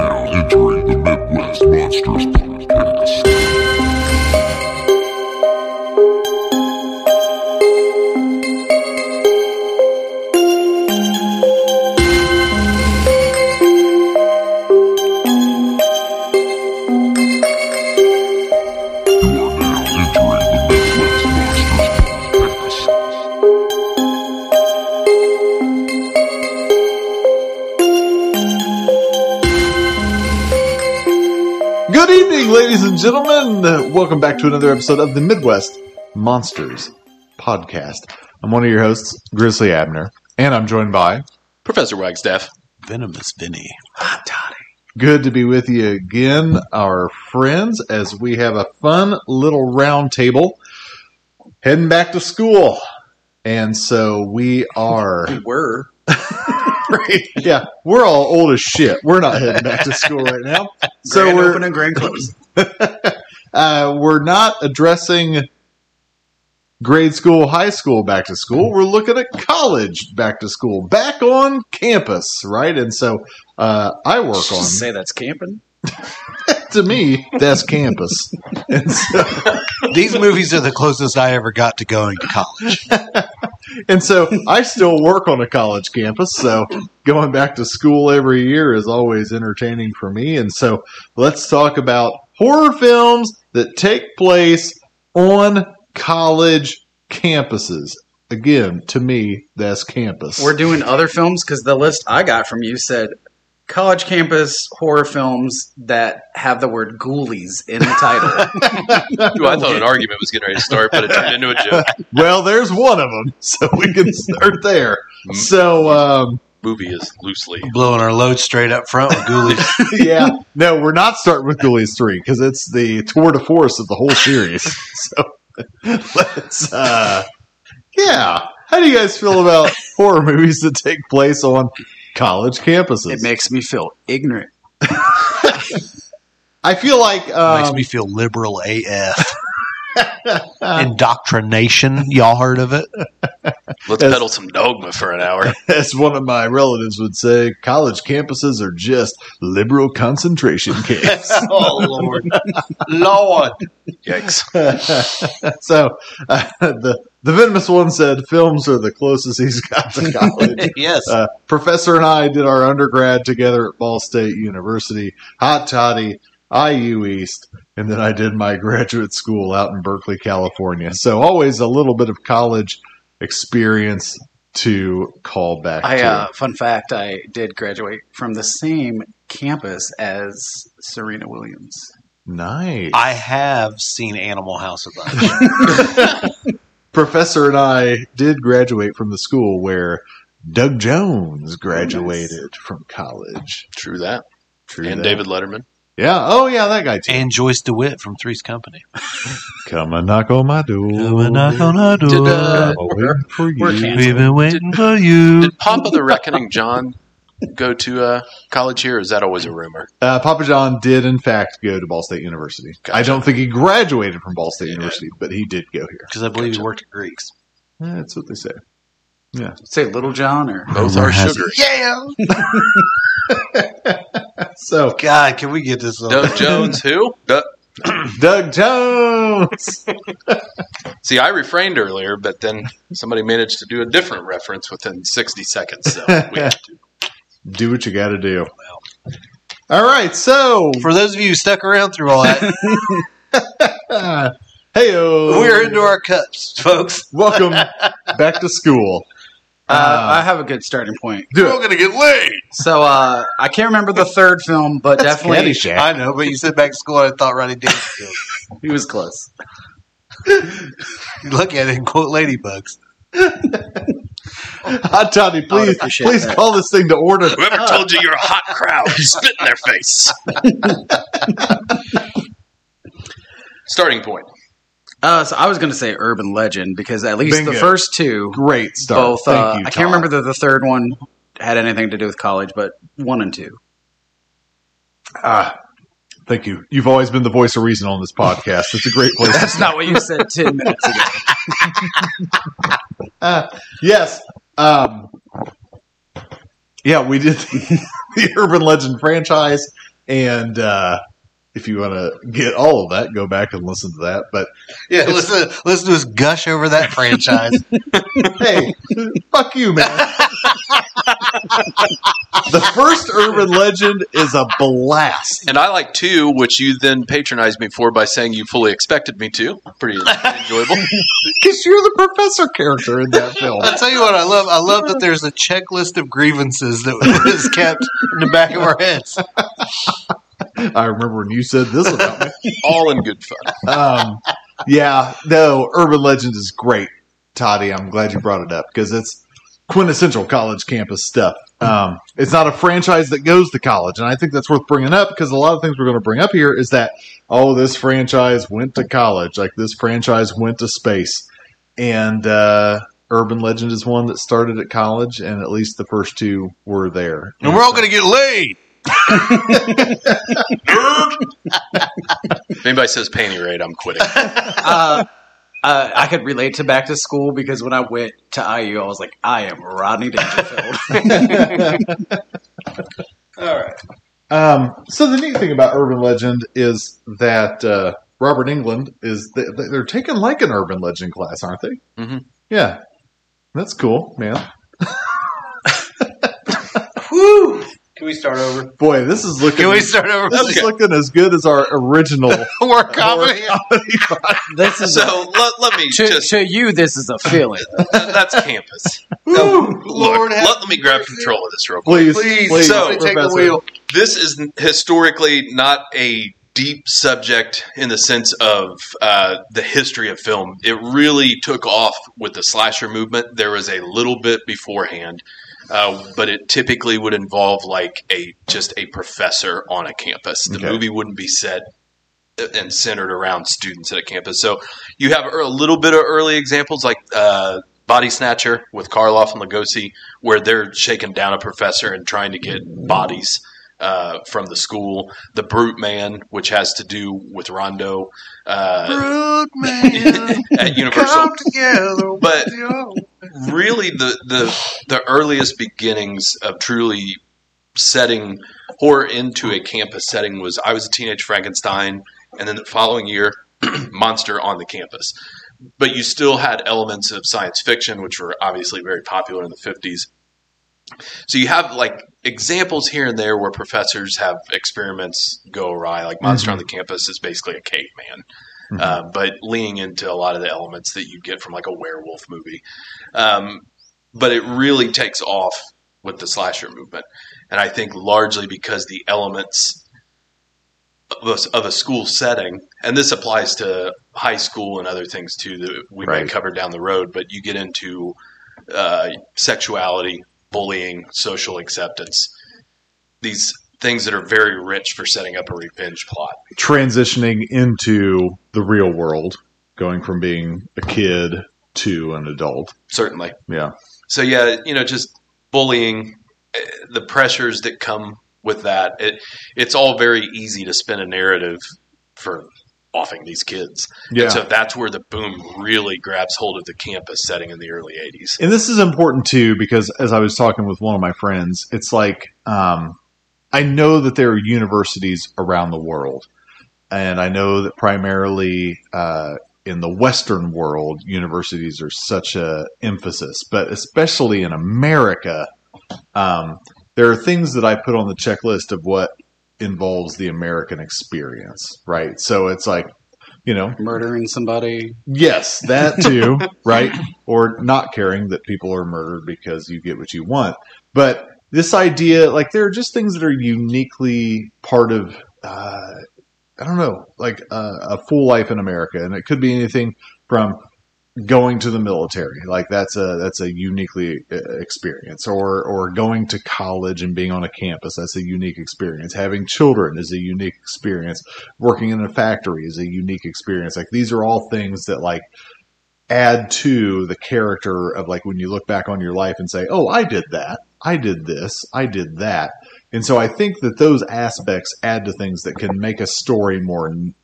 Entering the Midwest Monsters Podcast. You are now entering the Midwest Monsters Podcast. Good evening, ladies and gentlemen. Welcome back to another episode of the Midwest Monsters Podcast. I'm one of your hosts, Grizzly Abner, and I'm joined by. Professor Wagstaff. Venomous Vinny. Good to be with you again, our friends, as we have a fun little round table heading back to school. And so we are. We were. Yeah, we're all old as shit. We're not heading back to school right now. So grand we're opening, grand close. uh, we're not addressing grade school, high school back to school. We're looking at college back to school, back on campus, right? And so uh, I work on Say that's camping. to me that's campus. And so, These movies are the closest I ever got to going to college. and so I still work on a college campus. So going back to school every year is always entertaining for me. And so let's talk about horror films that take place on college campuses. Again, to me, that's campus. We're doing other films because the list I got from you said college campus horror films that have the word ghoulies in the title. Well, I thought an argument was getting ready to start, but it turned into a joke. well, there's one of them, so we can start there. So, um, Movie is loosely. Blowing our load straight up front with ghoulies. yeah, no, we're not starting with Ghoulies three because it's the tour de force of the whole series. so let's, uh, yeah. How do you guys feel about horror movies that take place on college campuses? It makes me feel ignorant. I feel like um, Makes me feel liberal AF. Indoctrination. Y'all heard of it? Let's Yes. peddle some dogma for an hour. as one of my relatives would say, college campuses are just liberal concentration camps. Oh, Lord. Lord. Yikes. so uh, the the venomous one said films are the closest he's got to college. Yes. Uh, professor and I did our undergrad together at Ball State University, Hot Toddy, IU East, and then I did my graduate school out in Berkeley, California. So always a little bit of college experience to call back I to. uh, fun fact: I did graduate from the same campus as Serena Williams. nice. I have seen Animal House a bunch. Professor and I did graduate from the school where Doug Jones graduated from college. True that. True and that. David Letterman. Yeah. Oh, yeah, that guy too. and Joyce DeWitt from Three's Company. Come and knock on my door. our Did, uh, I'm waiting for you. we're We've been waiting for you. Did Papa the Reckoning John go to uh, college here? Or is that always a rumor? Uh, Papa John did, in fact, go to Ball State University. I don't think he graduated from Ball State University, but he did go here. Because I believe he worked at Greeks. Eh, That's what they say. Say Little John or uh, Both Rumor are has sugary. Yeah. So, God, can we get this? on- Doug Jones, who? Doug- Doug Jones. See, I refrained earlier, but then somebody managed to do a different reference within 60 seconds. So we have to. do what you got to do. All right. So, For those of you who stuck around through all that, uh, hey, we're into our cups, folks. welcome back to school. uh, Uh, I have a good starting point. Do it. going to get laid. So uh, I can't remember the third film, but definitely Caddyshack. I know, but you said back to school and I thought Ronnie Dangerfield. he was close. You look at it and quote ladybugs. Hot Toddy, please, appreciate please that. call this thing to order. Ah, Whoever told you you're a hot crowd, spit in their face. Starting point. Uh, so I was going to say Urban Legend because at least the Bingo. first two Great start. both. Thank uh, you, I Todd. can't remember that the third one had anything to do with college, but one and two. Ah, thank you. You've always been the voice of reason on this podcast. It's a great place. to That's not what you said ten minutes ago. Uh, yes. Um, yeah, we did the, the Urban Legend franchise, And uh, if you want to get all of that, go back and listen to that. But Yeah, listen, to, listen to us gush over that franchise. hey, fuck you, man. the first urban legend is a blast. And I like two, which you then patronized me for by saying you fully expected me to. Pretty enjoyable. Because you're the professor character in that film. I'll tell you what I love. I love that there's a checklist of grievances that is kept in the back of our heads. I remember when you said this about me. All in good fun. Um, yeah, no, urban legend is great, Toddy. I'm glad you brought it up because it's quintessential college campus stuff. Um, it's not a franchise that goes to college, and I think that's worth bringing up because a lot of things we're going to bring up here is that oh, this franchise went to college, like this franchise went to space, and uh, urban legend is one that started at college, and at least the first two were there. And we're all going to get laid. If anybody says panty raid, I'm quitting. uh, uh, I could relate to back to school because when I went to IU, I was like, I am Rodney Dangerfield. Um, so the neat thing about urban legend is that uh, Robert England is th- th- they're taking like an urban legend class, aren't they? Mm-hmm. Mhm. Yeah, that's cool, man. Can we start over? Boy, this is looking. Can we start over? this is looking as good as our original. We're comedy. this is So let, let me to, just, to you. This is a feeling. that- that's campus. Ooh, Look, Lord, have let, let me grab control of this real please, quick. please, please, somebody take the Professor. wheel. This is historically not a deep subject in the sense of uh, the history of film. It really took off with the slasher movement. There was a little bit beforehand, uh, but it typically would involve like a just a professor on a campus. The Okay. movie wouldn't be set uh, and centered around students at a campus. So you have a little bit of early examples like uh, Body Snatcher with Karloff and Lugosi, where they're shaking down a professor and trying to get bodies uh, from the school. The Brute Man, which has to do with Rondo uh, Brood man, at Universal. come together. But really, the, the the earliest beginnings of truly setting horror into a campus setting was I was a teenage Frankenstein, and then the following year, Monster on the campus. But you still had elements of science fiction, which were obviously very popular in the 50s. So you have like examples here and there where professors have experiments go awry. Like Monster on the Campus is basically a caveman, uh, but leaning into a lot of the elements that you'd get from like a werewolf movie. Um, but it really takes off with the slasher movement. And I think largely because the elements of a, of a school setting, and this applies to high school and other things too that we Right. may cover down the road, but you get into uh, sexuality, bullying, social acceptance, these things that are very rich for setting up a revenge plot. transitioning into the real world, going from being a kid to an adult. Certainly. Yeah, so yeah, you know, just bullying, eh, the pressures that come with that. It, it's all very easy to spin a narrative for offing these kids. yeah. So that's where the boom really grabs hold of the campus setting in the early 80s. And this is important too because as I was talking with one of my friends, it's like um, I know that there are universities around the world, and I know that primarily uh, in the Western world, universities are such a emphasis, but especially in America, um, there are things that I put on the checklist of what involves the American experience, right? So it's like you know murdering somebody. Yes, that too, right? Or not caring that people are murdered because you get what you want. But this idea, like, there are just things that are uniquely part of, uh, I don't know, like uh, a full life in America, and it could be anything from going to the military, like that's a that's a uniquely uh, experience, or or going to college and being on a campus, that's a unique experience. Having children is a unique experience working in a factory is a unique experience. Like these are all things that like add to the character of like when you look back on your life and say, "Oh, I did that. I did this. I did that." And so I think that those aspects add to things that can make a story more n-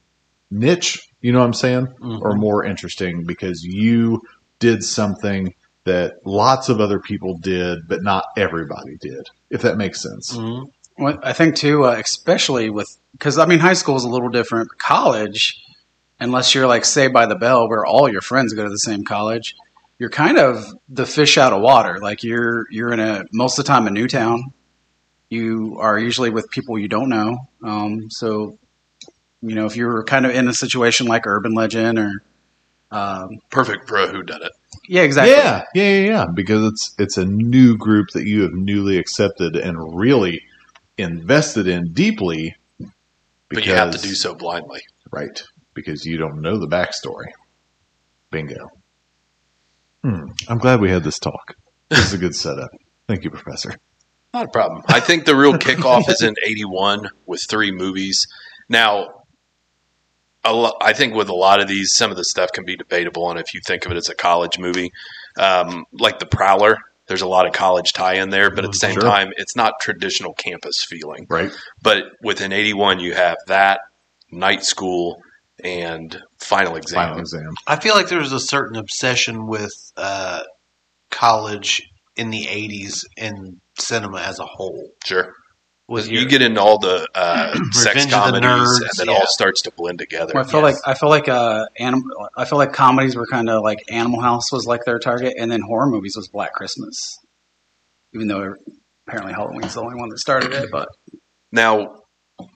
niche, you know what I'm saying? Or more interesting because you did something that lots of other people did, but not everybody did. If that makes sense. Well, I think too, uh, especially with because I mean, high school is a little different. But college, unless you're like say by the Bell, where all your friends go to the same college, you're kind of the fish out of water. Like you're you're in a most of the time a new town. You are usually with people you don't know. Um, so, you know, if you're kind of in a situation like Urban Legend or, um, Perfect for a who done it. yeah, exactly. Yeah, yeah, yeah, yeah. Because it's it's a new group that you have newly accepted and really invested in deeply. But you have to do so blindly. right because you don't know the backstory. Bingo. Hmm. I'm glad we had this talk. This is a good setup. Thank you, Professor. Not a problem. Um, I think the real kickoff is in 81 with three movies. Now, a lo- I think with a lot of these, some of the stuff can be debatable. And if you think of it as a college movie, um, like The Prowler, there's a lot of college tie in there. But at the same Sure. time, it's not traditional campus feeling. Right. But within 81, you have that, Night School, and Final Exam. Final exam. I feel like there was a certain obsession with uh, college in the '80s and cinema as a whole. Sure. Was you get into all the uh, sex Revenge of the comedies, and Nerds, it yeah. all starts to blend together. Well, I feel like I feel like uh, anim- I feel like comedies were kind of like Animal House was like their target, and then horror movies was Black Christmas, even though apparently Halloween's the only one that started it. But Now,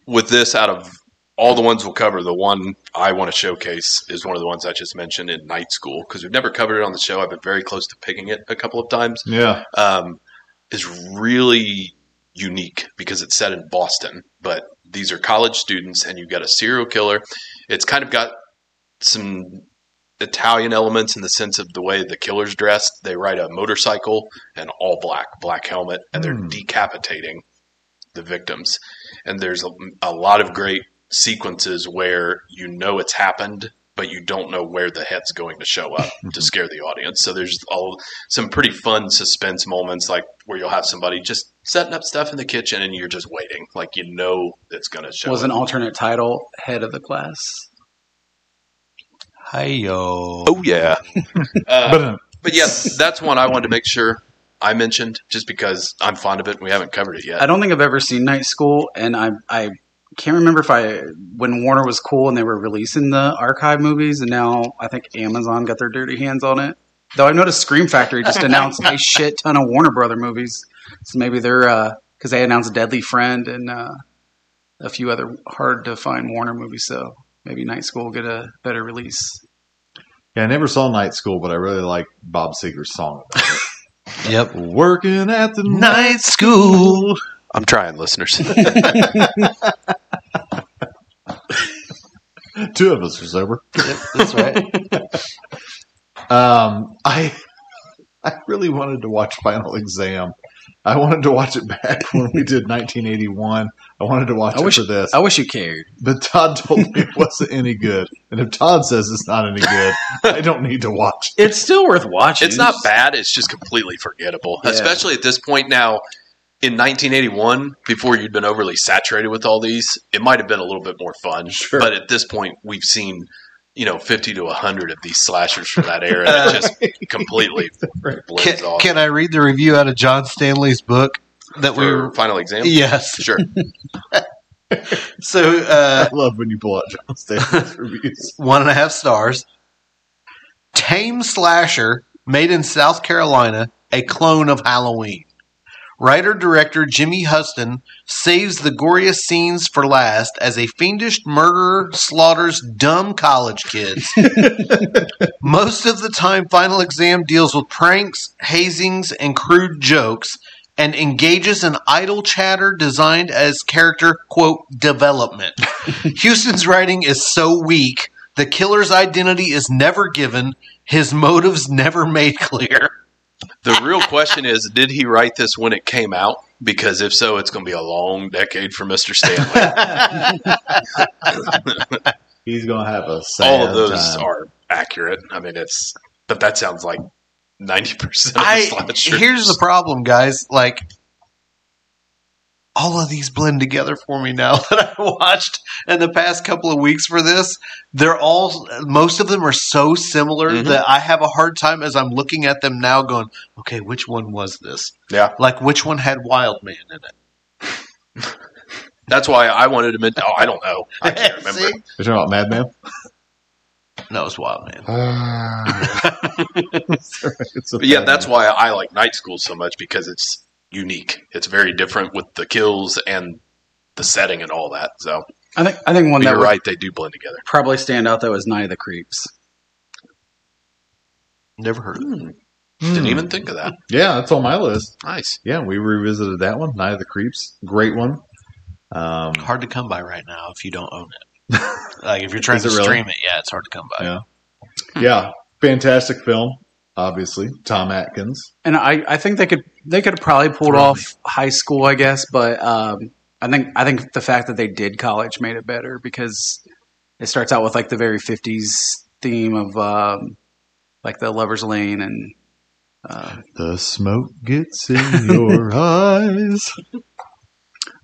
with this, out of all the ones we'll cover, the one I want to showcase is one of the ones I just mentioned in night school because we've never covered it on the show. I've been very close to picking it a couple of times. Yeah. Um, is really unique because it's set in Boston, but these are college students, and you've got a serial killer. It's kind of got some Italian elements in the sense of the way the killer's dressed. They ride a motorcycle and all black, black helmet, and they're Hmm. decapitating the victims. And there's a, a lot of great sequences where you know it's happened, but you don't know where the head's going to show up to scare the audience. So there's all some pretty fun suspense moments, like where you'll have somebody just setting up stuff in the kitchen and you're just waiting, like you know it's going to show. was up. an alternate title Head of the Class. Hiyo. Oh yeah. Uh, But uh, But yeah, that's one I wanted to make sure I mentioned just because I'm fond of it and we haven't covered it I yet. don't think I've ever seen Night School, and I I can't remember if I when Warner was cool and they were releasing the archive movies, and now I think Amazon got their dirty hands on it. Though I noticed Scream Factory just announced a shit ton of Warner Brother movies, so maybe they're because they announced Deadly Friend and uh, a few other hard to find Warner movies, so maybe Night School will get a better release. yeah, I never saw Night School, but I really like Bob Seger's song. About Yep. it. Working at the night. Night school. I'm trying, listeners. Two of us are sober. Yep, that's right. Um, I I really wanted to watch Final Exam. I wanted to watch it back when we did 1981. I wanted to watch I it wish- for this. I wish you cared. but Todd told me it wasn't any good. And if Todd says it's not any good, I don't need to watch. It's still worth watching. it's not bad, it's just completely forgettable, Yeah. especially at this point now. In 1981, before you'd been overly saturated with all these, it might have been a little bit more fun. Sure. But at this point, we've seen, you know, 50 to 100 of these slashers from that era that just completely blends Can, off. can I read the review out of John Stanley's book that we for were? final exam? Yes. Sure. So uh, I love when you pull out John Stanley's reviews. one and a half stars. Tame slasher made in South Carolina, a clone of Halloween. Writer director Jimmy Huston saves the goriest scenes for last as a fiendish murderer slaughters dumb college kids. Most of the time, Final Exam deals with pranks, hazings, and crude jokes, and engages in idle chatter designed as character, quote, development. Houston's writing is so weak, the killer's identity is never given, his motives never made clear. The real question is, did he write this when it came out? Because if so, it's going to be a long decade for Mr. Stanley. He's gonna have a sad All of those time. are accurate. I mean, it's but that sounds like ninety percent of the I slashers. here's the problem, guys. Like all of these blend together for me now that I watched in the past couple of weeks for this. They're all most of them are so similar Mhm. that I have a hard time as I'm looking at them now going, okay, which one was this? Yeah. Like which one had Wildman in it? That's why I wanted to. Men- oh, I don't know. I can't remember. See? You're talking about Madman? No, it's wild, man. It's a But yeah, bad that's one. why I like Night School so much because it's unique. It's very different with the kills and the setting and all that. So I think I think one but that you're would right; they do blend together. probably stand out though is Night of the Creeps. Never heard of it. Hmm. Didn't even think of that. Yeah, that's on my list. Nice. Yeah, we revisited that one. Night of the Creeps. Great one. Um, Hard to come by right now if you don't own it. like if you're trying Is to it really? stream it, yeah, it's hard to come by. Yeah. yeah, fantastic film, obviously. Tom Atkins. And I, I think they could they could have probably pulled off high school, I guess, but um, I think I think the fact that they did college made it better because it starts out with like the very fifties theme of um, like the lovers lane and uh, The smoke gets in your eyes.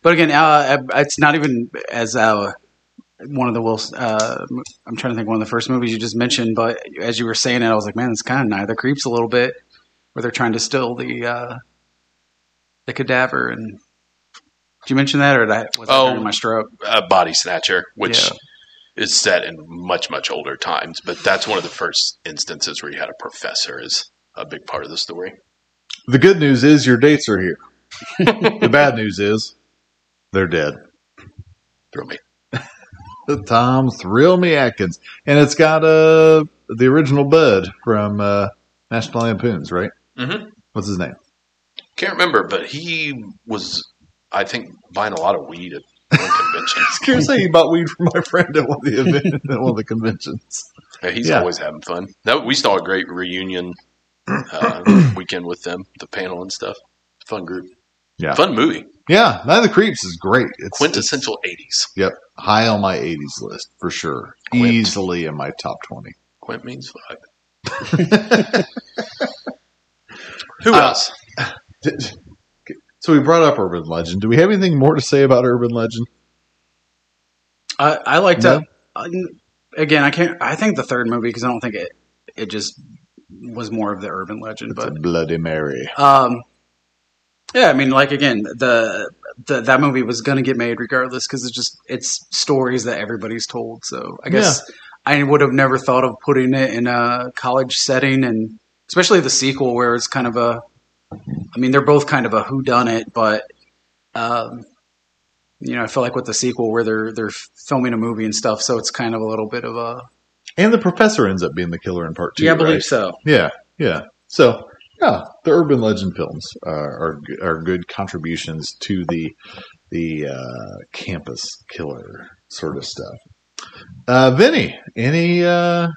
but again uh, it's not even as uh, one of the Wilson uh, I'm trying to think of one of the first movies you just mentioned but as you were saying it I was like man it's kind of neither creeps a little bit where they're trying to still the uh, the cadaver and did you mention that or that was Oh. oh. my stroke Uh, Body Snatcher, which Yeah. is set in much much older times, but that's one of the first instances where you had a professor is a big part of the story. The good news is your dates are here. the bad news is they're dead. Throw me. Tom Thrill Me Atkins. And it's got uh, the original Bud from uh, National Lampoons, right? Mhm. What's his name? Can't remember, but he was, I think, buying a lot of weed at one convention. Scared say he bought weed for my friend at one of the event, at one of the conventions. Yeah, he's Yeah. always having fun. That we saw a great reunion uh, weekend with them, the panel and stuff. Fun group. Yeah. Fun movie. Yeah, Night of the Creeps is great. It's, it's Quintessential eighties. yep, high on my '80s list for sure. Quint. Easily in my top twenty. Quint means five. Who Uh, else? So we brought up urban legend. Do we have anything more to say about urban legend? I, I liked No? to again I can't I think the third movie because I don't think it it just was more of the urban legend It's but a Bloody Mary. Um, yeah, I mean, like again, the, the that movie was gonna get made regardless because it's just it's stories that everybody's told. So I guess I would have never thought of putting it in a college setting, and especially the sequel where it's kind of a. I mean, they're both kind of a who done it, but. Um, you know, I feel like with the sequel where they're they're filming a movie and stuff, so it's kind of a little bit of a And the professor ends up being the killer in part two. yeah, I right? believe so. Yeah, yeah. So yeah, the urban legend films uh, are are good contributions to the the uh, campus killer sort of stuff. Uh, Vinny, any uh,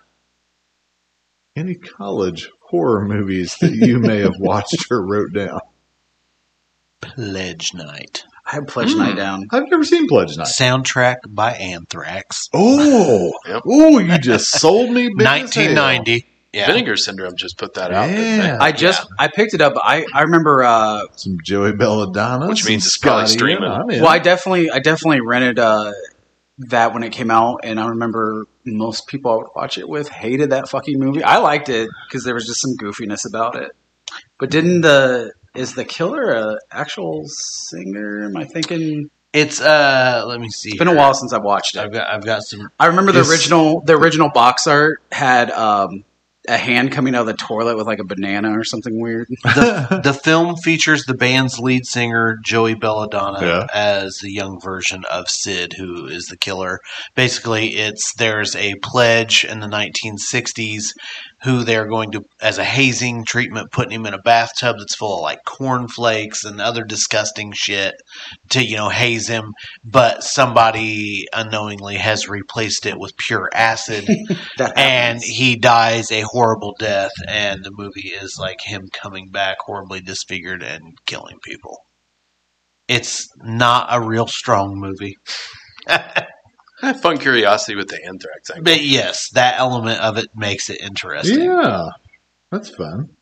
any college horror movies that you may have watched or wrote down? Pledge Night. I had Pledge Night down. I've never seen Pledge Night. Soundtrack by Anthrax. Oh, Yep. oh, you just sold me. big as hell. 1990. Yeah. Vinegar Syndrome just put that out. didn't Yeah, I just I picked it up. I I remember uh, some Joey Belladonna, Which means some it's probably Scotty. streaming. I'm in. Well, I definitely, I definitely rented uh, that when it came out, and I remember most people I would watch it with hated that fucking movie. I liked it because there was just some goofiness about it. But didn't the is the killer a actual singer? Am I thinking? It's uh let me see. It's been a while since I've watched I've it. got I've got some I remember the Yes. original, the original box art had um, a hand coming out of the toilet with like a banana or something weird. the, the film features the band's lead singer Joey Belladonna Yeah. as the young version of Sid, who is the killer. Basically, it's there's a pledge in the 1960s who they're going to, as a hazing treatment, putting him in a bathtub that's full of like cornflakes and other disgusting shit to you know haze him. But somebody unknowingly has replaced it with pure acid That and happens. he dies a horrible death and the movie is like him coming back horribly disfigured and killing people it's not a real strong movie I have fun curiosity with the anthrax angle. but yes that element of it makes it interesting yeah, that's fun.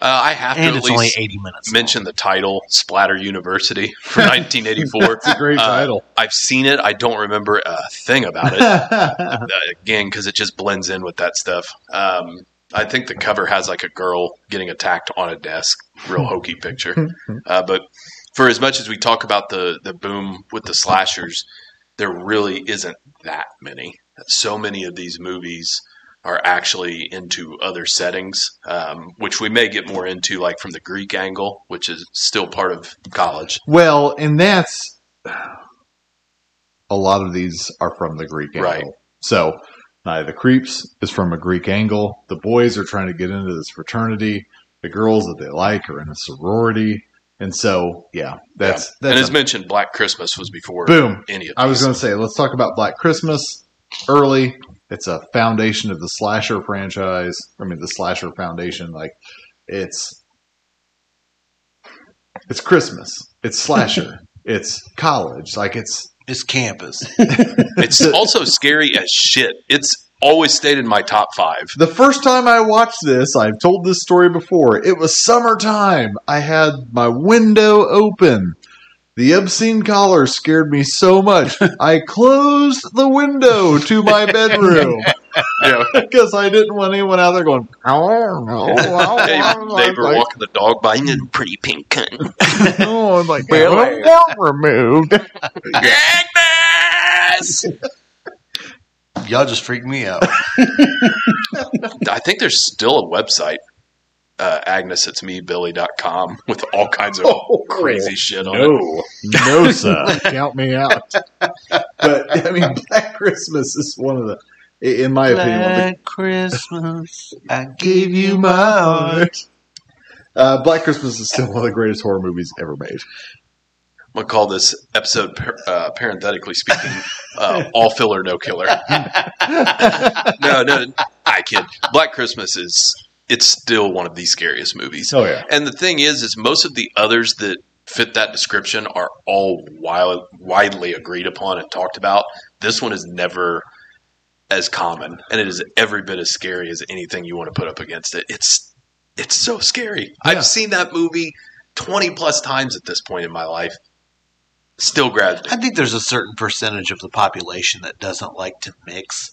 Uh, I have to and at it's only least 80 minutes long. mention the title Splatter University from 1984. It's a great Uh, title. I've seen it. I don't remember a thing about it. yeah, uh, again because it just blends in with that stuff. Um, I think the cover has like a girl getting attacked on a desk, real hokey picture. Uh, but for as much as we talk about the the boom with the slashers, there really isn't that many. So many of these movies are actually into other settings, um, which we may get more into, like from the Greek angle, which is still part of college. Well, and that's a lot of these are from the Greek angle. Right. So uh, the creeps is from a Greek angle. The boys are trying to get into this fraternity. The girls that they like are in a sorority. And so, yeah, that's Yeah. and that's as mentioned, Black Christmas was before Boom. any of I was these. going to say, let's talk about Black Christmas early. It's a foundation of the slasher franchise. I mean, the slasher foundation. Like, it's it's Christmas. It's slasher. it's college. Like, it's It's campus. It's also scary as shit. It's always stayed in my top five. the first time I watched this. I've told this story before. It was summertime. I had my window open. The obscene collar scared me so much. I closed the window to my bedroom. Yeah, because I didn't want anyone out there going. Oh no! they, they were like, walking the dog by and a pretty pink cunt. oh, I'm like, "Well, that removed. Agnes! Y'all just freaked me out. I think there's still a website, uh, Agnes it's me, Billy.com, with all kinds of Oh, Oh, crazy shit on it. no, sir, count me out. But I mean, Black Christmas is one of the, i- in my opinion, one of the Christmas, I gave you my heart. Uh, Black Christmas is still one of the greatest horror movies ever made. I'm going to call this episode, par- uh, parenthetically speaking, uh, All Filler, No Killer. no, no, I kid. Black Christmas is, it's still one of the scariest movies. Oh yeah, And the thing is, is most of the others that fit that description are all wild, widely agreed upon and talked about. This one is never as common, and it is every bit as scary as anything you want to put up against it. It's it's so scary. I've seen that movie twenty plus times at this point in my life. Still grabbed I it. think there's a certain percentage of the population that doesn't like to mix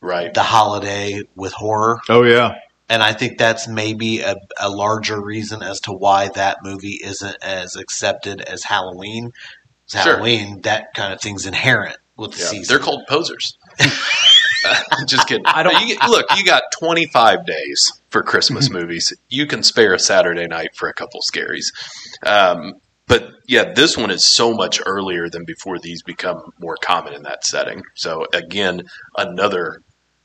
Right. the holiday with horror. oh yeah. And I think that's maybe a, a larger reason as to why that movie isn't as accepted as Halloween. 'Cause Sure. Halloween, that kind of thing's inherent with the Yeah, season. they're called posers. Just kidding. I don't. You, get- look, you got 25 days for Christmas movies. You can spare a Saturday night for a couple scaries. Um, but yeah, this one is so much earlier than before these become more common in that setting. So again, another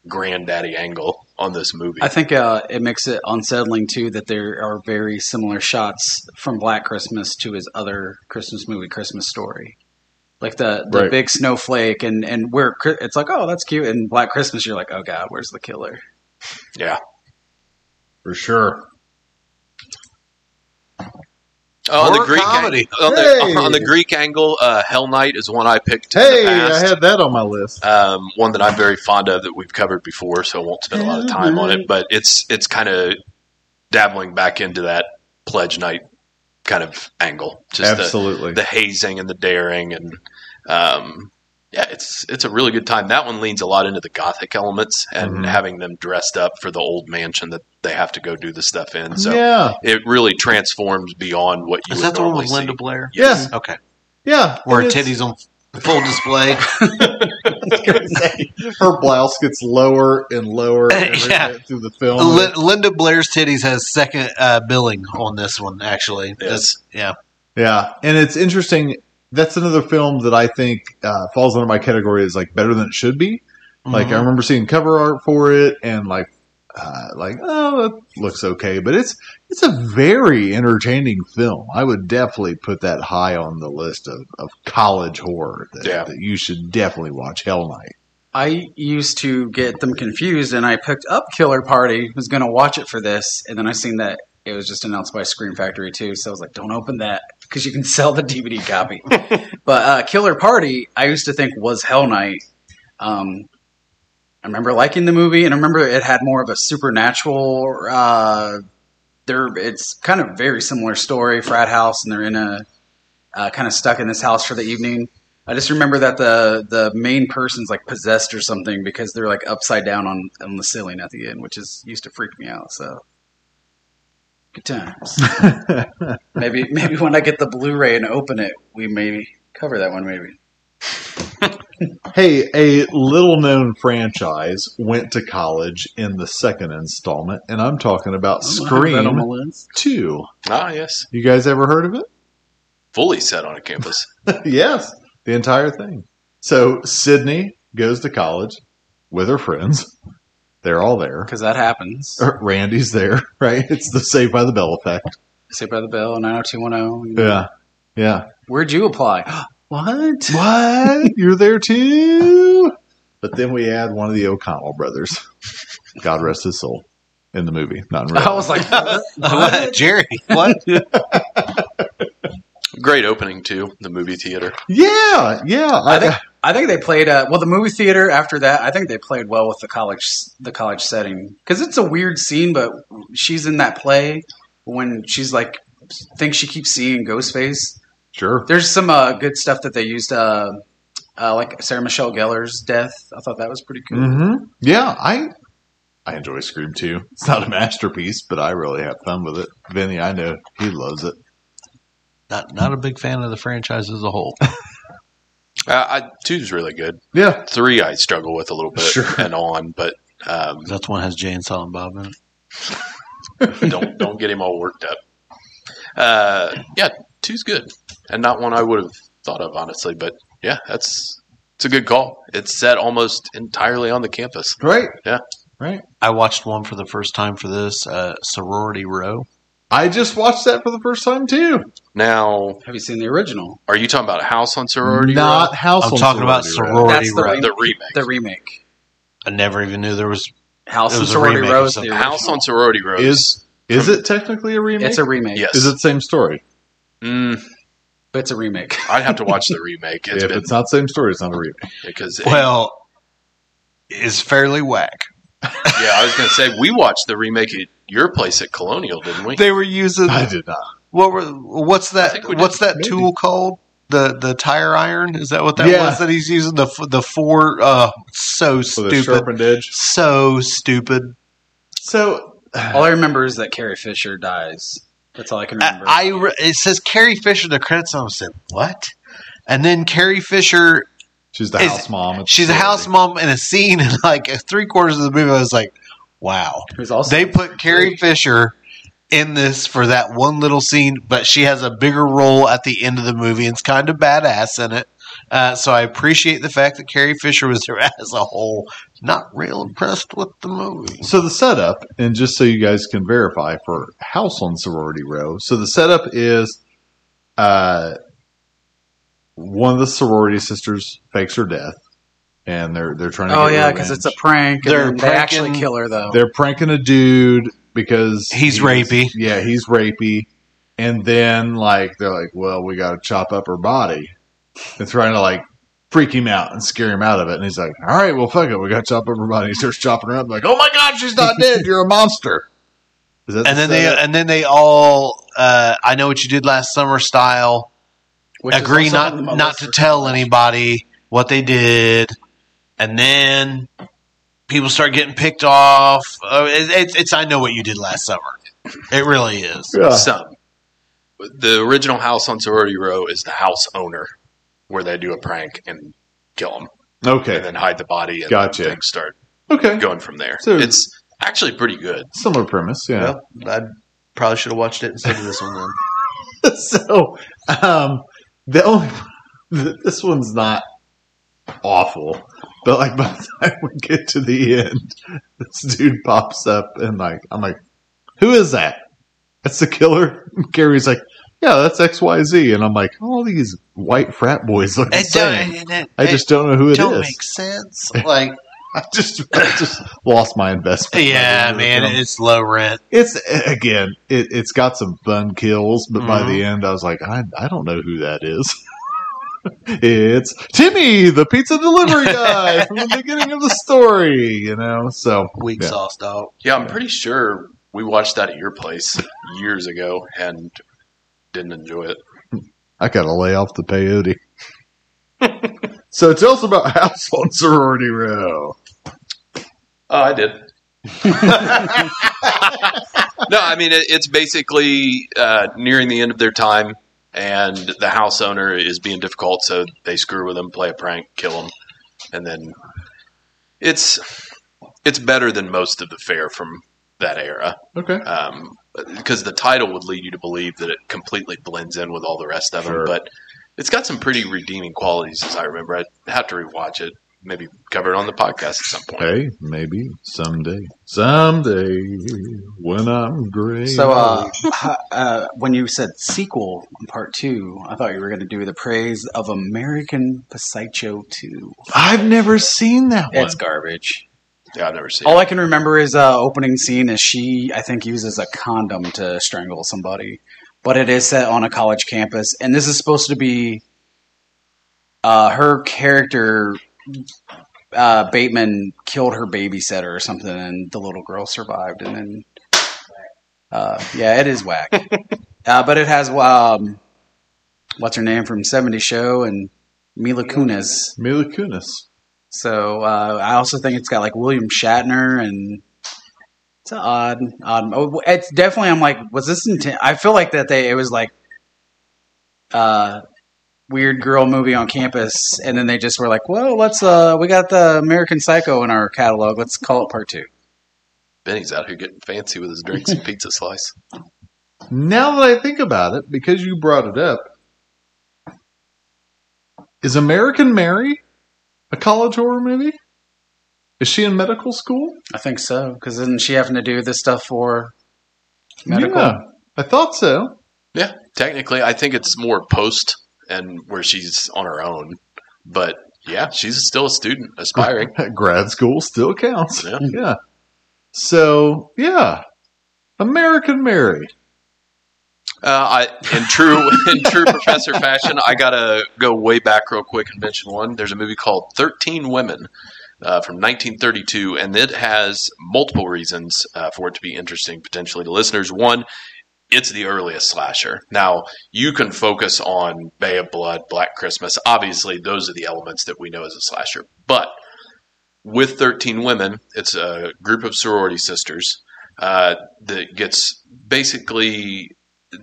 granddaddy angle on this movie. I think uh, it makes it unsettling too that there are very similar shots from Black Christmas to his other Christmas movie, Christmas Story. Like the, the Right. big snowflake, and and where Chri- it's like, oh, that's cute. And Black Christmas, you're like, oh god, where's the killer? yeah. For sure. Oh, on the Horror Greek comedy. ang- on, Hey! the, on the Greek angle, uh, Hell Night is one I picked. in Hey, the past. I had that on my list. um, one that I'm very fond of that we've covered before, so I won't spend a lot of time on it. But it's it's kind of dabbling back into that pledge night kind of angle, just uh, the, Absolutely. the hazing and the daring, and um, yeah, it's it's a really good time. That one leans a lot into the gothic elements and Mm-hmm. Mhm. having them dressed up for the old mansion that they have to go do the stuff in. So yeah. it really transforms beyond what you Is would that the one normally with Linda see. Blair? Mm-hmm. Yes. Okay. Yeah. Where And it's- titties on full display. her blouse gets lower and lower every Yeah. bit through the film. Lin- Linda Blair's titties has second uh, billing on this one, actually. That's- yeah. Yeah, and it's interesting. That's another film that I think uh, falls under my category as like better than it should be. Like I Mhm. remember seeing cover art for it, and like, uh, like oh, that looks okay, but it's it's a very entertaining film. I would definitely put that high on the list of, of college horror that, Yeah. that you should definitely watch. Hell Night. I used to get them confused, and I picked up Killer Party, was going to watch it for this, and then I seen that it was just announced by Scream Factory too. So I was like, don't open that because you can sell the DVD copy. but uh, Killer Party, I used to think was Hell Night. Um, I remember liking the movie, and I remember it had more of a supernatural. Uh, there, it's kind of very similar story, frat house, and they're in a uh, kind of stuck in this house for the evening. I just remember that the the main person's like possessed or something because they're like upside down on on the ceiling at the end, which is used to freak me out. So Good times. maybe maybe when I get the Blu-ray and open it, we maybe cover that one. Maybe Hey, a little known franchise went to college in the second installment, and I'm talking about I'll have that on my Scream list. 2. Ah, yes. You guys ever heard of it? Fully set on a campus. yes, the entire thing. So Sydney goes to college with her friends. They're all there. because that happens. Uh-huh. Randy's there, right? It's the Saved by the Bell effect. Saved by the Bell, nine hundred two one oh. zero. Yeah. Yeah. Where'd you apply? what? What? You're there too? But then we add one of the O'Connell brothers. God rest his soul. In the movie, not in real. I life. was like, Jerry, what? Great opening too. The movie theater. Yeah, yeah. I think I think they played uh, well the movie theater after that. I think they played well with the college the college setting because it's a weird scene, but she's in that play when she's like thinks she keeps seeing Ghostface. sure. There's some uh, good stuff that they used, uh, uh, like Sarah Michelle Gellar's death. I thought that was pretty Mm-hmm. cool. hmm Yeah, I I enjoy Scream too. It's not a masterpiece, but I really have fun with it. Vinny, I know he loves it. Not, not a big fan of the franchise as a whole. Uh, I, two's really good. Yeah, Three, I struggle with a little bit Sure. and on, but um, That's one that has Jay and Silent Bob in it. don't don't get him all worked up. Uh, yeah, two's good, and not one I would have thought of honestly. But yeah, that's it's a good call. It's set almost entirely on the campus. right. Yeah. right. I watched one for the first time for this uh, sorority row. I just watched that for the first time too. Now, Have you seen the original, are you talking about House on Sorority? Not House. I'm on talking about Sorority Row. sorority That's the row. Row? the remake. the remake? I never even knew there was. House It and was a Sorority remake Rose. of The something. House on Sorority Row Is is it technically a remake? original. it's a remake. yes. Is it the same story? Mm, but it's a remake. I'd have to watch the remake. It's if been it's not the same story, it's not a remake. because Well, it's fairly whack. yeah, I was going to say we watched the remake at your place at Colonial, didn't we? They were using I did not. what were what's that? think we What's that maybe. tool called? The the tire iron is that what that Yeah. was that he's using the f- the four? Uh, so With stupid, a sharpened edge. so stupid. So all I remember is that Carrie Fisher dies. That's all I can I, remember. I re- it says Carrie Fisher the credits. and I said what? And then Carrie Fisher she's the Is- house mom. at the She's a house sorority. mom in a scene, and like three quarters of the movie, I was like, wow. Who's also They put Carrie Fisher in this for that one little scene, but she has a bigger role at the end of the movie and it's kind of badass in it. Uh, so I appreciate the fact that Carrie Fisher was there as a whole. Not real impressed with the movie. So the setup, and just so you guys can verify for House on Sorority Row, so the setup is uh, one of the sorority sisters fakes her death, and they're they're trying to. Oh get yeah, because it's a revenge. prank. They're and then they actually pranking- kill her though. they're pranking a dude because He's he was- rapey. yeah, he's rapey, and then like they're like, well, we got to chop up her body. They're trying to like freak him out and scare him out of it, and he's like, all right, well, fuck it, we got to chop up her body. He starts chopping her up, like, oh my god, she's not dead. You're a monster. Is that And the then they uh, setup? and then they all uh, I know what you did last summer style which is agree also not on my not list to for- tell anybody what they did, and then people start getting picked off. Oh, it, it's it's I know what you did last summer. It really is. Yeah. Some. The original House on Sorority Row is the house owner, where they do a prank and kill him, and Okay. then hide the body, and Gotcha. things start Okay. going from there. So- it's actually pretty good. Similar premise, yeah. Well, I probably should have watched it instead of this one. Then. so um, the only this one's not awful, but like by the time we get to the end, this dude pops up and like I'm like, who is that? That's the killer. And Gary's like, yeah, that's X Y Z, and I'm like, all these white frat boys look the It don't, same. it- it- I just don't know who it it is. don't make sense. Like, I just I just lost my investment. yeah, man, it's low rent. it's again, it, it's got some fun kills, but by Mhm. Mm-hmm. the end, I was like, I, I don't know who that is. it's Timmy, the pizza delivery guy from the beginning of the story, you know. So Weak Yeah. sauce dog. Yeah, I'm pretty sure we watched that at your place years ago and didn't enjoy it. I got to lay off the peyote. so tell us about House on Sorority Row. Oh, I did. no, I mean it, it's basically uh, nearing the end of their time, and the house owner is being difficult, so they screw with him, play a prank, kill him, and then it's it's better than most of the fare from that era Okay. um, because the title would lead you to believe that it completely blends in with all the rest of Sure. them. But it's got some pretty redeeming qualities, as I remember. I'd have to rewatch it, maybe cover it on the podcast at some point. Hey, maybe someday, someday when I'm great. So, uh, hi- uh, when you said sequel on part two, I thought you were going to do the praise of American Psycho 2. I've never seen that one. It's garbage. Yeah, I've never seen All I can remember is uh, opening scene is she, I think, uses a condom to strangle somebody. But it is set on a college campus, and this is supposed to be uh, her character. Uh, Bateman killed her babysitter or something, and the little girl survived. And then, uh, yeah, it is whack. uh, but it has um, what's her name from '70s Show and Mila Kunis. Mila Kunis. So uh, I also think it's got like William Shatner and it's an odd, odd. oh, It's definitely. I'm like, was this intent? I feel like that they it was like uh weird girl movie on campus, and then they just were like, well, let's uh we got the American Psycho in our catalog, let's call it part two. Benny's out here getting fancy with his drinks and pizza slice. Now that I think about it, because you brought it up, is American Mary a college horror movie? Is she in medical school? I think so because isn't she having to do this stuff for medical? Yeah, I thought so. Yeah, technically, I think it's more post and where she's on her own. But yeah, she's still a student, aspiring. Grad school still counts. Yeah. yeah. So yeah, American Mary. Uh, I in true in true professor fashion, I gotta go way back real quick and mention one. There's a movie called Thirteen Women uh, from 1932, and it has multiple reasons uh, for it to be interesting potentially to listeners. One, it's the earliest slasher. Now you can focus on Bay of Blood, Black Christmas. Obviously, those are the elements that we know as a slasher, but with 13 women, it's a group of sorority sisters uh, that gets basically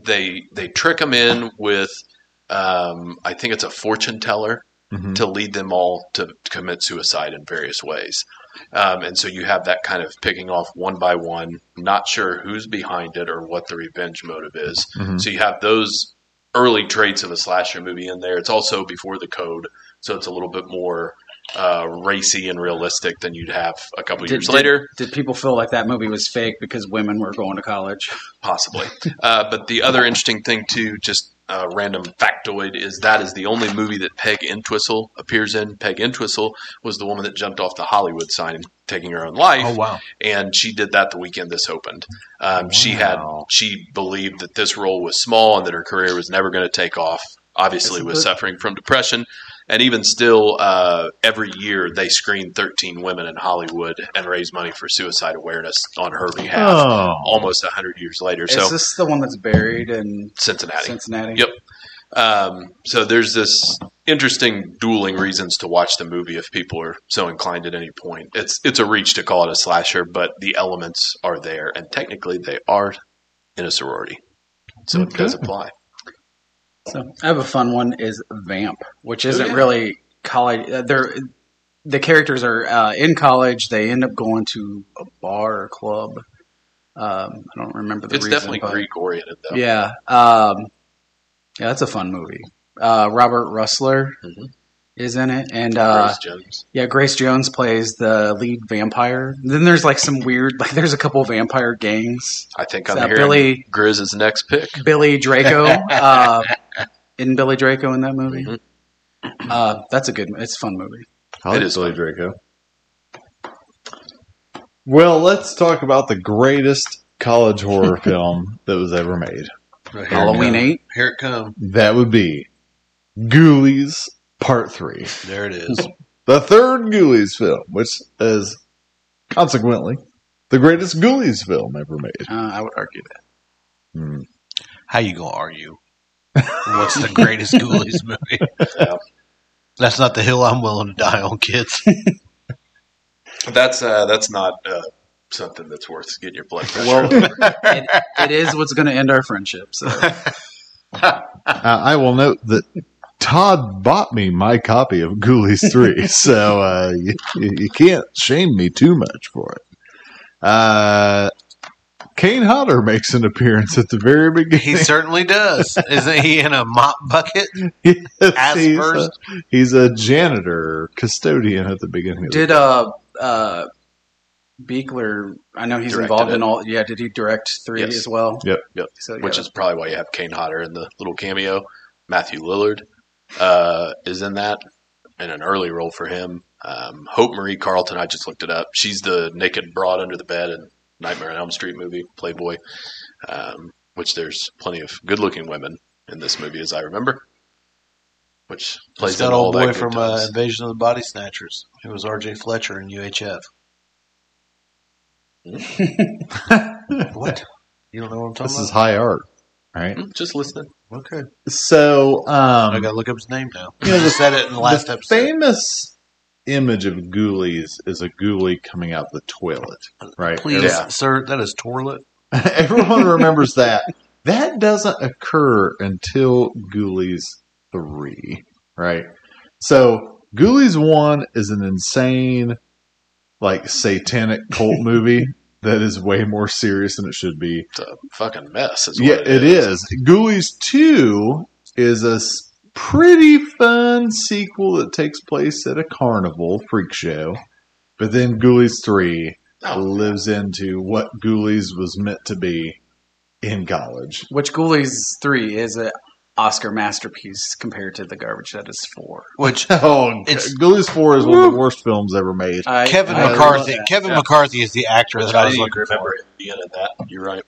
they they trick them in with um, I think it's a fortune teller Mm-hmm. Mhm. to lead them all to commit suicide in various ways. Um, and so you have that kind of picking off one by one, not sure who's behind it or what the revenge motive is. Mm-hmm. Mhm. So you have those early traits of a slasher movie in there. It's also before the code, so it's a little bit more uh, racy and realistic than you'd have a couple years later. did people feel like that movie was fake because women were going to college? possibly. Uh, but the other interesting thing too, just a random factoid, is that is the only movie that Peg Entwistle appears in. Peg Entwistle was the woman that jumped off the Hollywood sign, taking her own life Oh wow. and she did that the weekend this opened. Um, She had she believed that this role was small and that her career was never going to take off. Obviously, was suffering from depression, and even still, uh, every year they screen 13 women in Hollywood and raise money for suicide awareness on her behalf. Oh. Almost 100 years later, Is so this the one that's buried in Cincinnati. Cincinnati? Yep. Um, so there's this interesting dueling reasons to watch the movie if people are so inclined at any point. It's it's a reach to call it a slasher, but the elements are there, and technically they are in a sorority, so it does Okay. apply. So Um, I have a fun one is Vamp, which isn't really college. Uh, they're the characters are uh, in college. They end up going to a bar or club. Um, I don't remember the it's reason, definitely but- Greek oriented though. Yeah, um, yeah, that's a fun movie. Uh, Robert Russler Mhm. is in it, and uh, Grace Jones. yeah, Grace Jones plays the lead vampire. Then there's like some weird, like there's a couple vampire gangs. I think is I'm that hearing Billy- Grizz's next pick. Billy Draco. Uh, in Billy Draco in that movie. Mhm. Uh, that's a good. It's a fun movie. I like It is Billy fun. Draco. Well, let's talk about the greatest college horror film that was ever made. Here it come. Halloween Eight. Here it comes. That would be Ghoulies Part 3. There it is. The third Ghoulies film, which is consequently the greatest Ghoulies film ever made. Uh, I would argue that. Hmm. How you gonna argue? What's the greatest Ghoulies movie? Yeah. That's not the hill I'm willing to die on, kids. That's uh, that's not uh, something that's worth getting your blood pressure. Well, It is what's going to end our friendship. So Uh, I will note that Todd bought me my copy of Ghoulies 3, so uh, you, you can't shame me too much for it. Uh, Kane Hodder makes an appearance at the very He beginning. certainly does. Isn't he in a mop bucket? Yes, he's, uh, a, first. he's a janitor, custodian at the beginning. Of the- did uh uh Beekler? I know he's Directed involved in it. all. Yeah, did he direct three Yes. as well? Yep, yep. So, yeah, which is probably why you have Kane Hodder in the little cameo. Matthew Lillard uh, is in that in an early role for him. Um, Hope Marie Carlton, I just looked it up. She's the naked broad under the bed in Nightmare on Elm Street movie, Playboy, um, which there's plenty of good looking women in this movie, as I remember. Which plays It's that into all old boy good from to uh, us. Invasion of the Body Snatchers. It was R.J. Fletcher in UHF. what? You don't know what I'm talking This is about? high art, right? Mm, Just listening. okay. So, I um, gotta look up his name now. You know, the- I said it in the last the episode. famous image of Ghoulies is a ghoulie coming out the toilet, right? Please, Yeah. sir, that is toilet. Everyone remembers that. That doesn't occur until Ghoulies 3, right? So, Ghoulies 1 is an insane, like, satanic cult movie that is way more serious than it should be. It's a fucking mess. Is what Yeah, it is. Ghoulies 2 is a s- pretty fun sequel that takes place at a carnival freak show. But then Ghoulies 3 Oh, lives into what Ghoulies was meant to be in college. which Ghoulies three is a Oscar masterpiece compared to the garbage that is four. Which Oh, It's- Ghoulies 4 is one of the worst films ever made. I, Kevin I love McCarthy. that. Kevin McCarthy is the actor that I I was didn't looking even remember him being in that. You're right.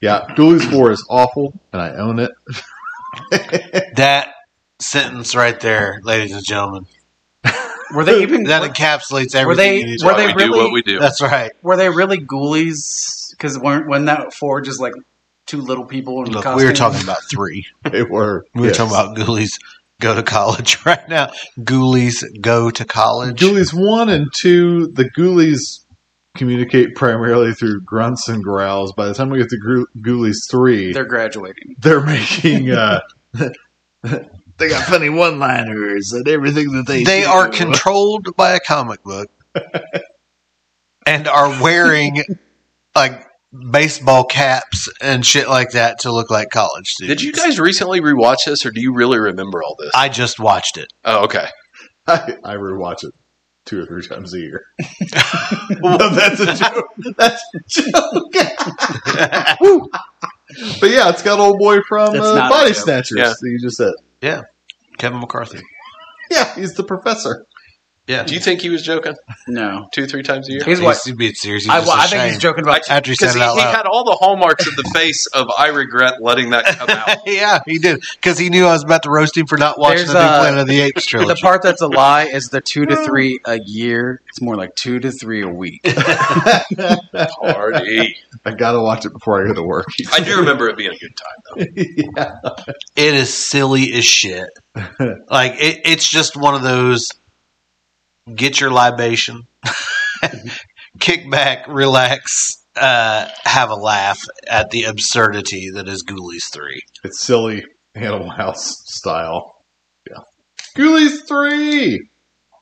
Yeah, Ghoulies 4 is awful, and I own it. for. That sentence right there, ladies and gentlemen, Were they even? that were- encapsulates everything. Were they- you need to were know. they we do really- what we do. That's right. were they really ghoulies? Because weren't when that four just like two little people in Look, costumes? we were talking about three. They were. We were yes. talking about ghoulies go to college right now. Ghoulies go to college. Ghoulies 1 and 2, the Ghoulies communicate primarily through grunts and growls. By the time we get to Grou- Ghoulies 3, they're, They're graduating. making. Uh, they got funny one liners and everything that they they do. are controlled by a comic book and are wearing like baseball caps and shit like that to look like college students. Did you guys recently rewatch this, or do you really remember all this? I just watched it. oh, okay. I, I rewatch it two or three times a year. no, that's a joke. That's a joke. Woo. But yeah, it's got old boy from That's uh, not a Body joke. Snatchers Yeah. that you just said. Kevin McCarthy. Yeah, he's the professor. Yeah. Do you think he was joking No, two, three times a year? he's He's what? being serious. He's I, just well, I think ashamed. he's joking about. After he said Because it he, out he loud. had all the hallmarks of the face of I regret letting that come out. yeah, he did. Because he knew I was about to roast him for not watching There's, the new uh, Planet of the Apes The trilogy. part that's a lie is the two to three a year. It's more like two to three a week. Party. I gotta watch it before I go to work. I do remember it being a good time though. yeah. it is silly as shit. like it, it's just one of those get your libation, kick back, relax, uh, have a laugh at the absurdity that is Ghoulies three. It's silly Animal House style. Yeah. Ghoulies 3!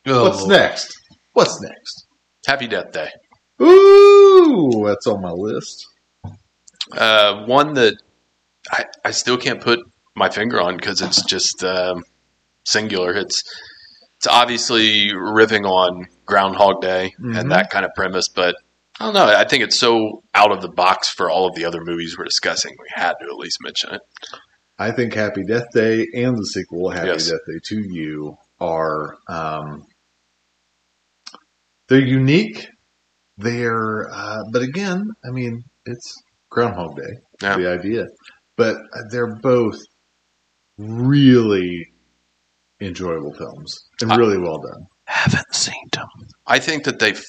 What's Oh. next? What's next? Happy Death Day. Ooh, that's on my list. Uh, one that I, I still can't put my finger on because it's just um, singular. It's it's obviously riffing on Groundhog Day Mhm. Mm-hmm. and that kind of premise, but I don't know. I think it's so out of the box for all of the other movies we're discussing. We had to at least mention it. I think Happy Death Day and the sequel, Happy Yes. Death Day to You, are um, they're unique. They're, uh, but again, I mean, it's Groundhog Day. Yeah. The idea, but they're both really enjoyable films and I- really well done. Haven't seen them. I think that they f-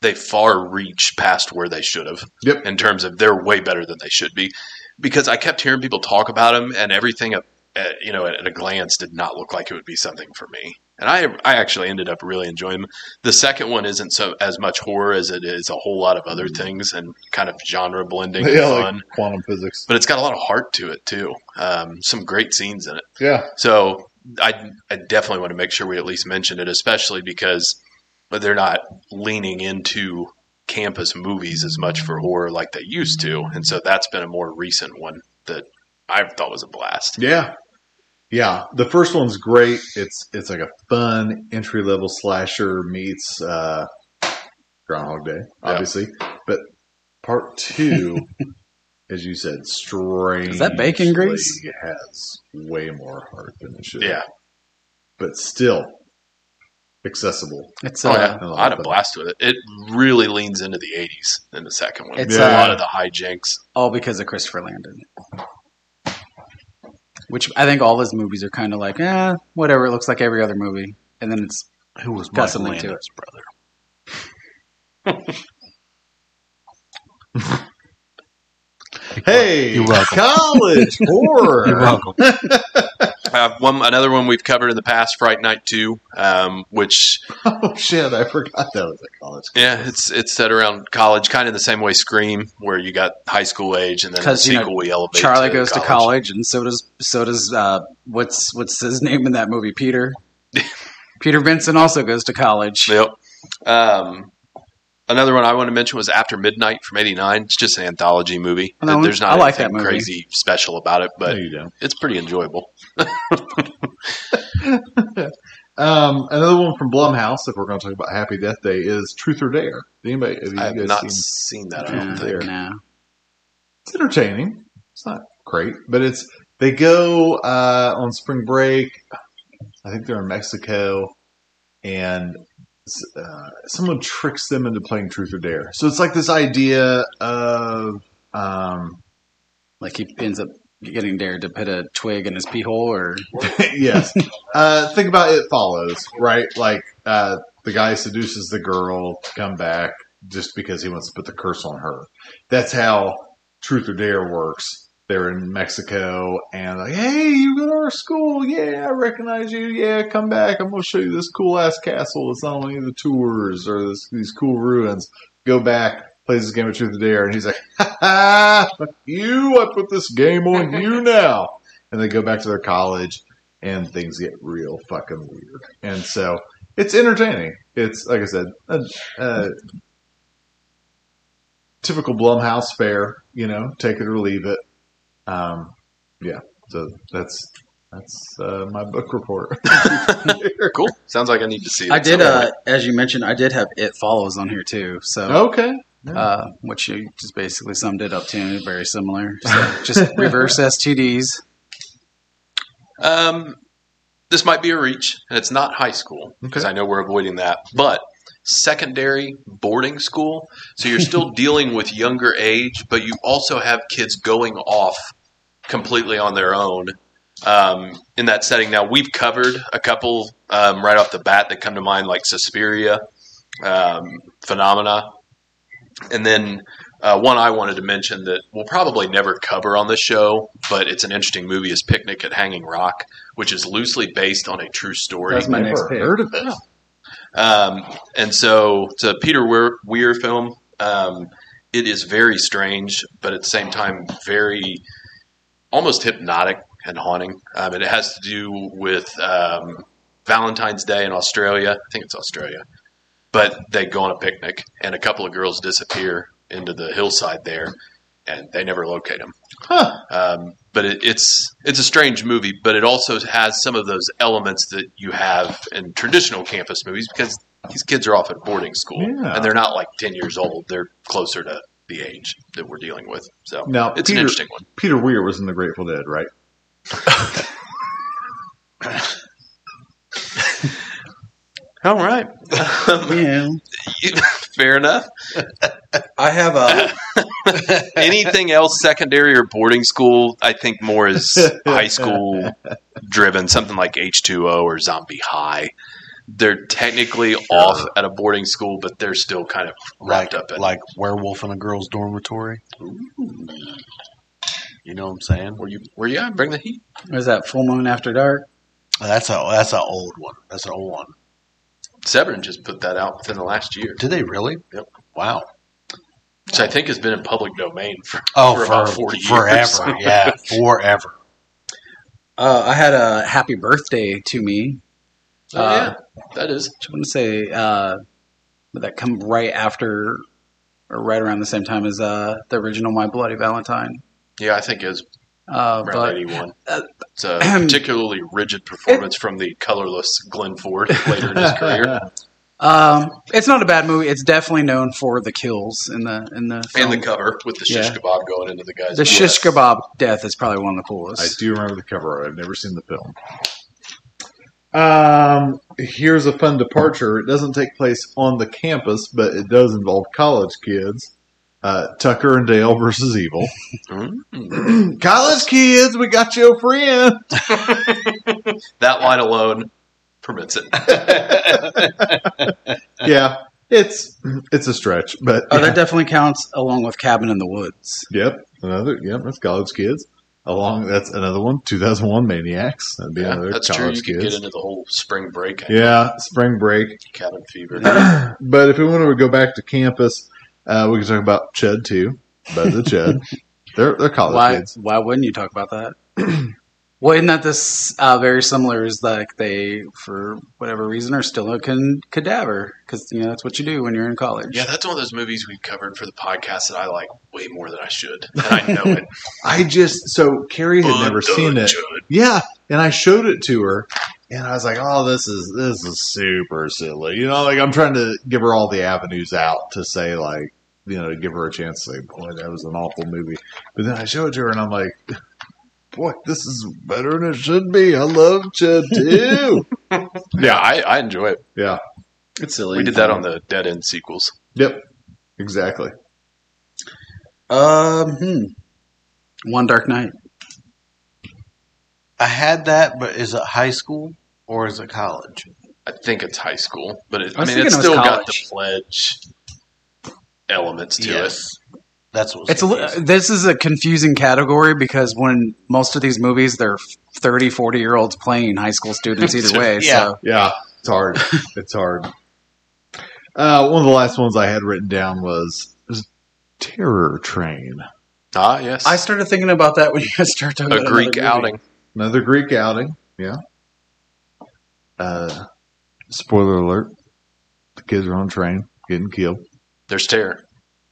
they far reach past where they should have. Yep. In terms of they're way better than they should be, because I kept hearing people talk about them, and everything, uh, uh, you know, at, at a glance did not look like it would be something for me. and I I actually ended up really enjoying them. The second one isn't so as much horror as it is a whole lot of other things and kind of genre blending and Mm-hmm. yeah, fun. like quantum physics. but it's got a lot of heart to it too. Um, some great scenes in it. Yeah, So I, I definitely want to make sure we at least mention it, especially because they're not leaning into campus movies as much for horror like they used to, and so that's been a more recent one that I thought was a blast. yeah, yeah. The first one's great. It's it's like a fun entry level slasher meets uh, Groundhog Day, obviously. But part two, as you said, strange. Is that bacon grease? Has way more heart than it should. Yeah, but still accessible. It's oh, uh, yeah. I I, love had a that. blast with it. It really leans into the '80s in the second one. It's, a uh, lot of the hijinks. all because of Christopher Landon. Which I think all his movies are kind of like, eh, whatever. It looks like every other movie, and then it's Who was got Michael something to Landon? it. Brother. Hey, You're welcome. college horror. You're welcome. Uh, one another one we've covered in the past, Fright Night Two, um, which Oh shit, I forgot that was a college. Yeah, it's it's set around college, kind of the same way Scream, where you got high school age, and then the 'Cause, you know, sequel we elevate. Charlie goes to college, and so does so does uh, what's what's his name in that movie? Peter. Peter Benson also goes to college. Yep. Um, another one I want to mention was After Midnight from '89. It's just an anthology movie. I know. There's not I like anything that movie. crazy special about it, No, but you don't. it's pretty enjoyable. Um, another one from Blumhouse, if we're going to talk about Happy Death Day, is Truth or Dare. Anybody? Have you I have guys not seen- seen, that. I Yeah, don't think. nah. It's entertaining. It's not great, but it's they go uh, on spring break. I think they're in Mexico, and uh, someone tricks them into playing Truth or Dare. So it's like this idea of um, Like he ends up getting dared to put a twig in his pee hole, or yes. Uh, think about it follows, right? Like uh, the guy seduces the girl to come back just because he wants to put the curse on her. That's how Truth or Dare works. They're in Mexico and like, hey, you go to our school. Yeah, I recognize you. Yeah, come back. I'm going to show you this cool ass castle. It's not on any of the tours or this, these cool ruins. Go back, plays this game of Truth or Dare. And he's like, ha ha, fuck you. I put this game on you now. And they go back to their college and things get real fucking weird. And so it's entertaining. It's like I said, a, a typical Blumhouse fare. You know, take it or leave it. Um, yeah. So that's that's uh, my book report. Cool. Sounds like I need to see. I that did. somewhere. Uh, as you mentioned, I did have it follows on here too. So okay. uh, which you just basically summed it up to, very similar. So just reverse STDs. uh, Um, this might be a reach, and it's not high school because I know we're avoiding that, but secondary boarding school. So you're still dealing with younger age, but you also have kids going off completely on their own um, in that setting. Now we've covered a couple um, right off the bat that come to mind, like Suspiria, um, Phenomena, and then uh, one I wanted to mention that we'll probably never cover on the show, but it's an interesting movie is Picnic at Hanging Rock, which is loosely based on a true story. That's my next Never pick. heard of it. Um, and so it's a Peter Weir, Weir film. Um, it is very strange, but at the same time, very almost hypnotic and haunting. Um, and it has to do with um, Valentine's Day in Australia. I think it's Australia. But they go on a picnic, and a couple of girls disappear into the hillside there, and they never locate them. Huh. Um, but it, it's it's a strange movie, but it also has some of those elements that you have in traditional campus movies because these kids are off at boarding school Yeah. and they're not like ten years old; they're closer to the age that we're dealing with. So Now, it's Peter- an interesting one. Peter Weir was in The Grateful Dead, right? All right, Yeah. fair enough. I have a Anything else, secondary or boarding school? I think more is high school driven, something like H two O or Zombie High. They're technically off at a boarding school, but they're still kind of Like, wrapped up in like werewolf in a girl's dormitory. You know what I'm saying? Where you where you at? Bring the heat. What is that? Full Moon After Dark. That's a that's an old one. That's an old one. Severin just put that out within the last year, Did they really? Yep. Wow. which I think has been in public domain for Oh, For for, about 40 years. forever. yeah, forever. Uh, I had a happy birthday to me. Oh, Uh, yeah, that is. I want to say uh, would that come right after or right around the same time as uh, the original My Bloody Valentine. Yeah, I think it was Uh, around but 81. uh, it's a particularly rigid performance from the colorless Glenn Ford later in his career. um, it's not a bad movie. It's definitely known for the kills in the in the film. and the cover with the shish Yeah. kebab going into the guy's The shish breast. kebab death is probably one of I the coolest. do remember the cover. I've never seen the film. Um, here's a fun departure. It doesn't take place on the campus, but it does involve college kids. Uh, Tucker and Dale versus Evil. Mm. college kids, we got your friend. That line alone permits it. yeah, it's it's a stretch, but Oh, that definitely counts along with Cabin in the Woods. Yep, another. Yep, that's college kids. Along, that's another one. Two thousand one Maniacs. That'd be Yeah, another that's true. You college could get kids. into the whole spring break yeah, spring break. cabin fever. But if we wanted to go back to campus, uh, we could talk about Chud too. Buzz and Chud. They're they're Oh, college Why? kids. Why wouldn't you talk about that? well, isn't that this uh, very similar? Is like they, for whatever reason, are still a con- cadaver because you know that's what you do when you're in college. Yeah, that's one of those movies we've covered for the podcast that I like way more than I should, and I know it. I just so Carrie Oh, had never seen it. Yeah, and I showed it to her, and I was like, "Oh, this is this is super silly." You know, like I'm trying to give her all the avenues out to say, like, you know, to give her a chance to say, "Boy, that was an awful movie." But then I showed it to her, and I'm like, "Boy, this is better than it should be." I love Chud too. Yeah, I, I enjoy it. yeah. It's silly. We did that on the Dead End sequels. Yep. Exactly. Um. Hmm. One Dark Night. I had that, but is it high school or is it college? I think it's high school, but it, I, I was mean, it's thinking it still was got the college. pledge elements to That's what It's a, li- this is a confusing category because when most of these movies they're 30, 40 year olds playing high school students either way. Yeah. So Yeah, it's hard. it's hard. Uh, one of the last ones I had written down was, was Terror Train. it. Ah, yes, I started thinking about that when you guys started talking a about Greek another movie. outing. Another Greek outing. Yeah. Uh, spoiler alert: the kids are on a train getting killed. There's terror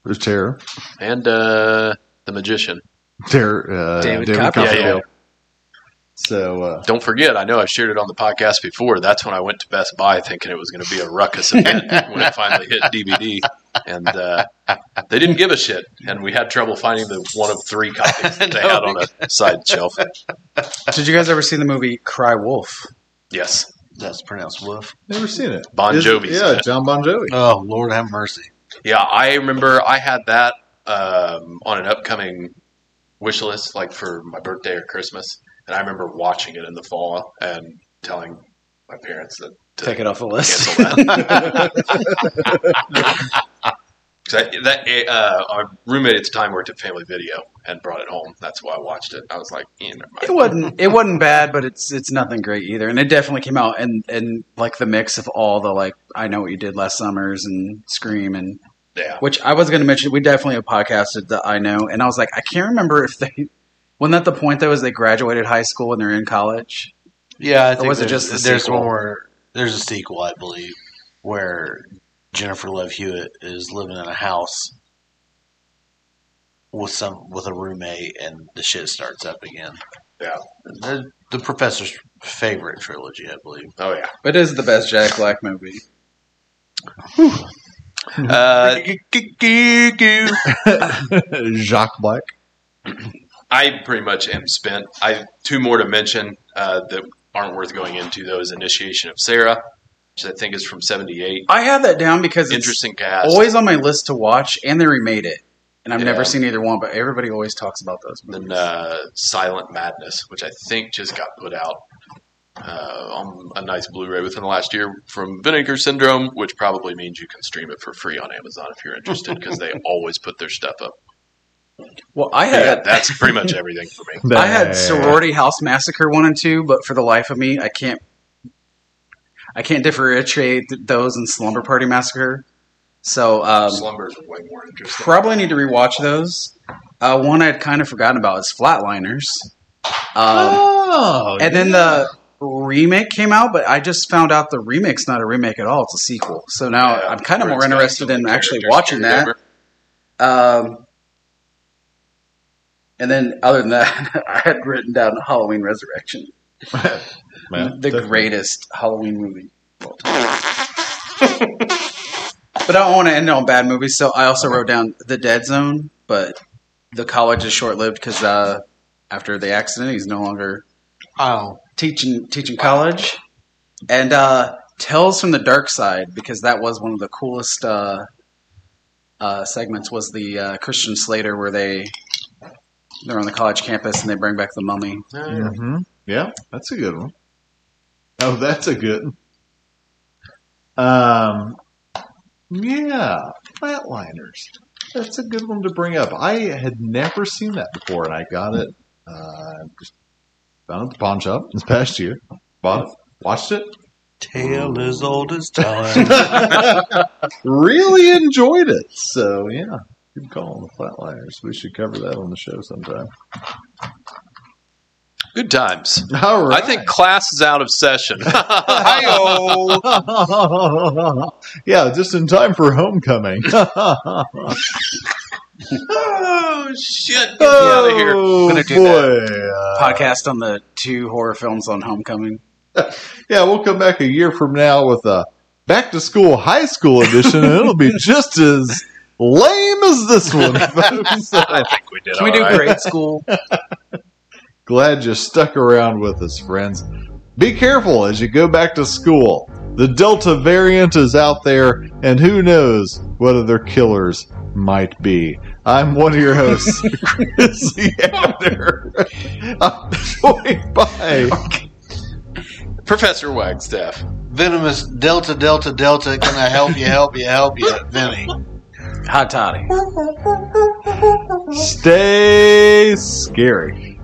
There's terror. and uh, the magician. Terror. Uh, David Copperfield. Yeah, yeah. So uh, Don't forget, I know I shared it on the podcast before. That's when I went to Best Buy thinking it was going to be a ruckus event when it finally hit DVD, and uh, they didn't give a shit, and we had trouble finding the one of three copies that they had on a side shelf. Did you guys ever see the movie Cry Wolf? Yes, uh, That's pronounced woof. never seen it. Bon Is- Jovi's in Yeah, it. John Bon Jovi. Oh Lord have mercy. Yeah, I remember I had that um, on an upcoming wish list, like for my birthday or Christmas, and I remember watching it in the fall and telling my parents that to Take it off the list. cancel that. 'Cause I, that uh, our roommate at the time worked at Family Video and brought it home. That's why I watched it. I was like, eh, never It mind. wasn't. It wasn't bad, but it's it's nothing great either. And it definitely came out and and like the mix of all the like I know what you did last summers and Scream and Yeah, which I was going to mention. We definitely have podcasted that I know, and I was like I can't remember if they wasn't that the point though is they graduated high school and they're in college. Yeah, I think was it there's- just the there's sequel? one where there's a sequel, I believe, where Jennifer Love Hewitt is living in a house with some with a roommate, and the shit starts up again. yeah. The, the professor's favorite trilogy, I believe. Oh yeah. It is the best Jack Black movie. Uh, Jacques Black. I pretty much am spent. I two more to mention uh, that aren't worth going into. Though is Initiation of Sarah, which I think is from '78. I had that down because it's Interesting cast. always on my list to watch, and they remade it, and I've Yeah. never seen either one, but everybody always talks about those movies. Then uh, Silent Madness, which I think just got put out uh, on a nice Blu-ray within the last year from Vinegar Syndrome, which probably means you can stream it for free on Amazon if you're interested, because they always put their stuff up. Well, I had Yeah, that's pretty much everything for me. I had sorority house massacre one and two, but for the life of me, I can't. I can't differentiate th- those and slumber party massacre. So um, Slumbers are way more interesting. probably need to rewatch those. Uh, one I'd kind of forgotten about is Flatliners. Um, Oh, and then the remake came out, but I just found out the remake's not a remake at all; it's a sequel. So now Yeah, I'm kind of where more it's got interested some in actually characters watching carried that. over. Um, and then, other than that, I had written down Halloween Resurrection, the greatest Halloween movie. of all time. but I don't want to end on bad movies, so I also wrote down The Dead Zone. But the college is short lived because uh, after the accident, he's no longer oh, teaching teaching college. And uh, Tales from the Dark Side because that was one of the coolest uh, uh, segments was the uh, Christian Slater where they they're on the college campus and they bring back the mummy. hmm Yeah, that's a good one. Oh, that's a good. Um, yeah, flatliners. That's a good one to bring up. I had never seen that before, and I got it. Uh, just found it at the pawn shop this past year. Bought it, watched it. tale as old as time. really enjoyed it. So yeah, good call on the flatliners. We should cover that on the show sometime. Good times. All right. I think class is out of session. Hi-yo. yeah, just in time for homecoming. Oh shit! Get me out of here. Oh, do that. boy. Uh, Podcast on the two horror films on Homecoming. yeah, we'll come back a year from now with a back to school high school edition, and it'll be just as lame as this one, folks. So, I think we did. Can we all do right. grade school? glad you stuck around with us, friends. Be careful as you go back to school. The Delta variant is out there, and who knows what other killers might be. I'm one of your hosts, Chris Yander. I'm joined by Professor Wagstaff? Venomous Delta Delta Delta. Can I help you? Help you? Help you, Vinny? Hot toddy. Stay Scary.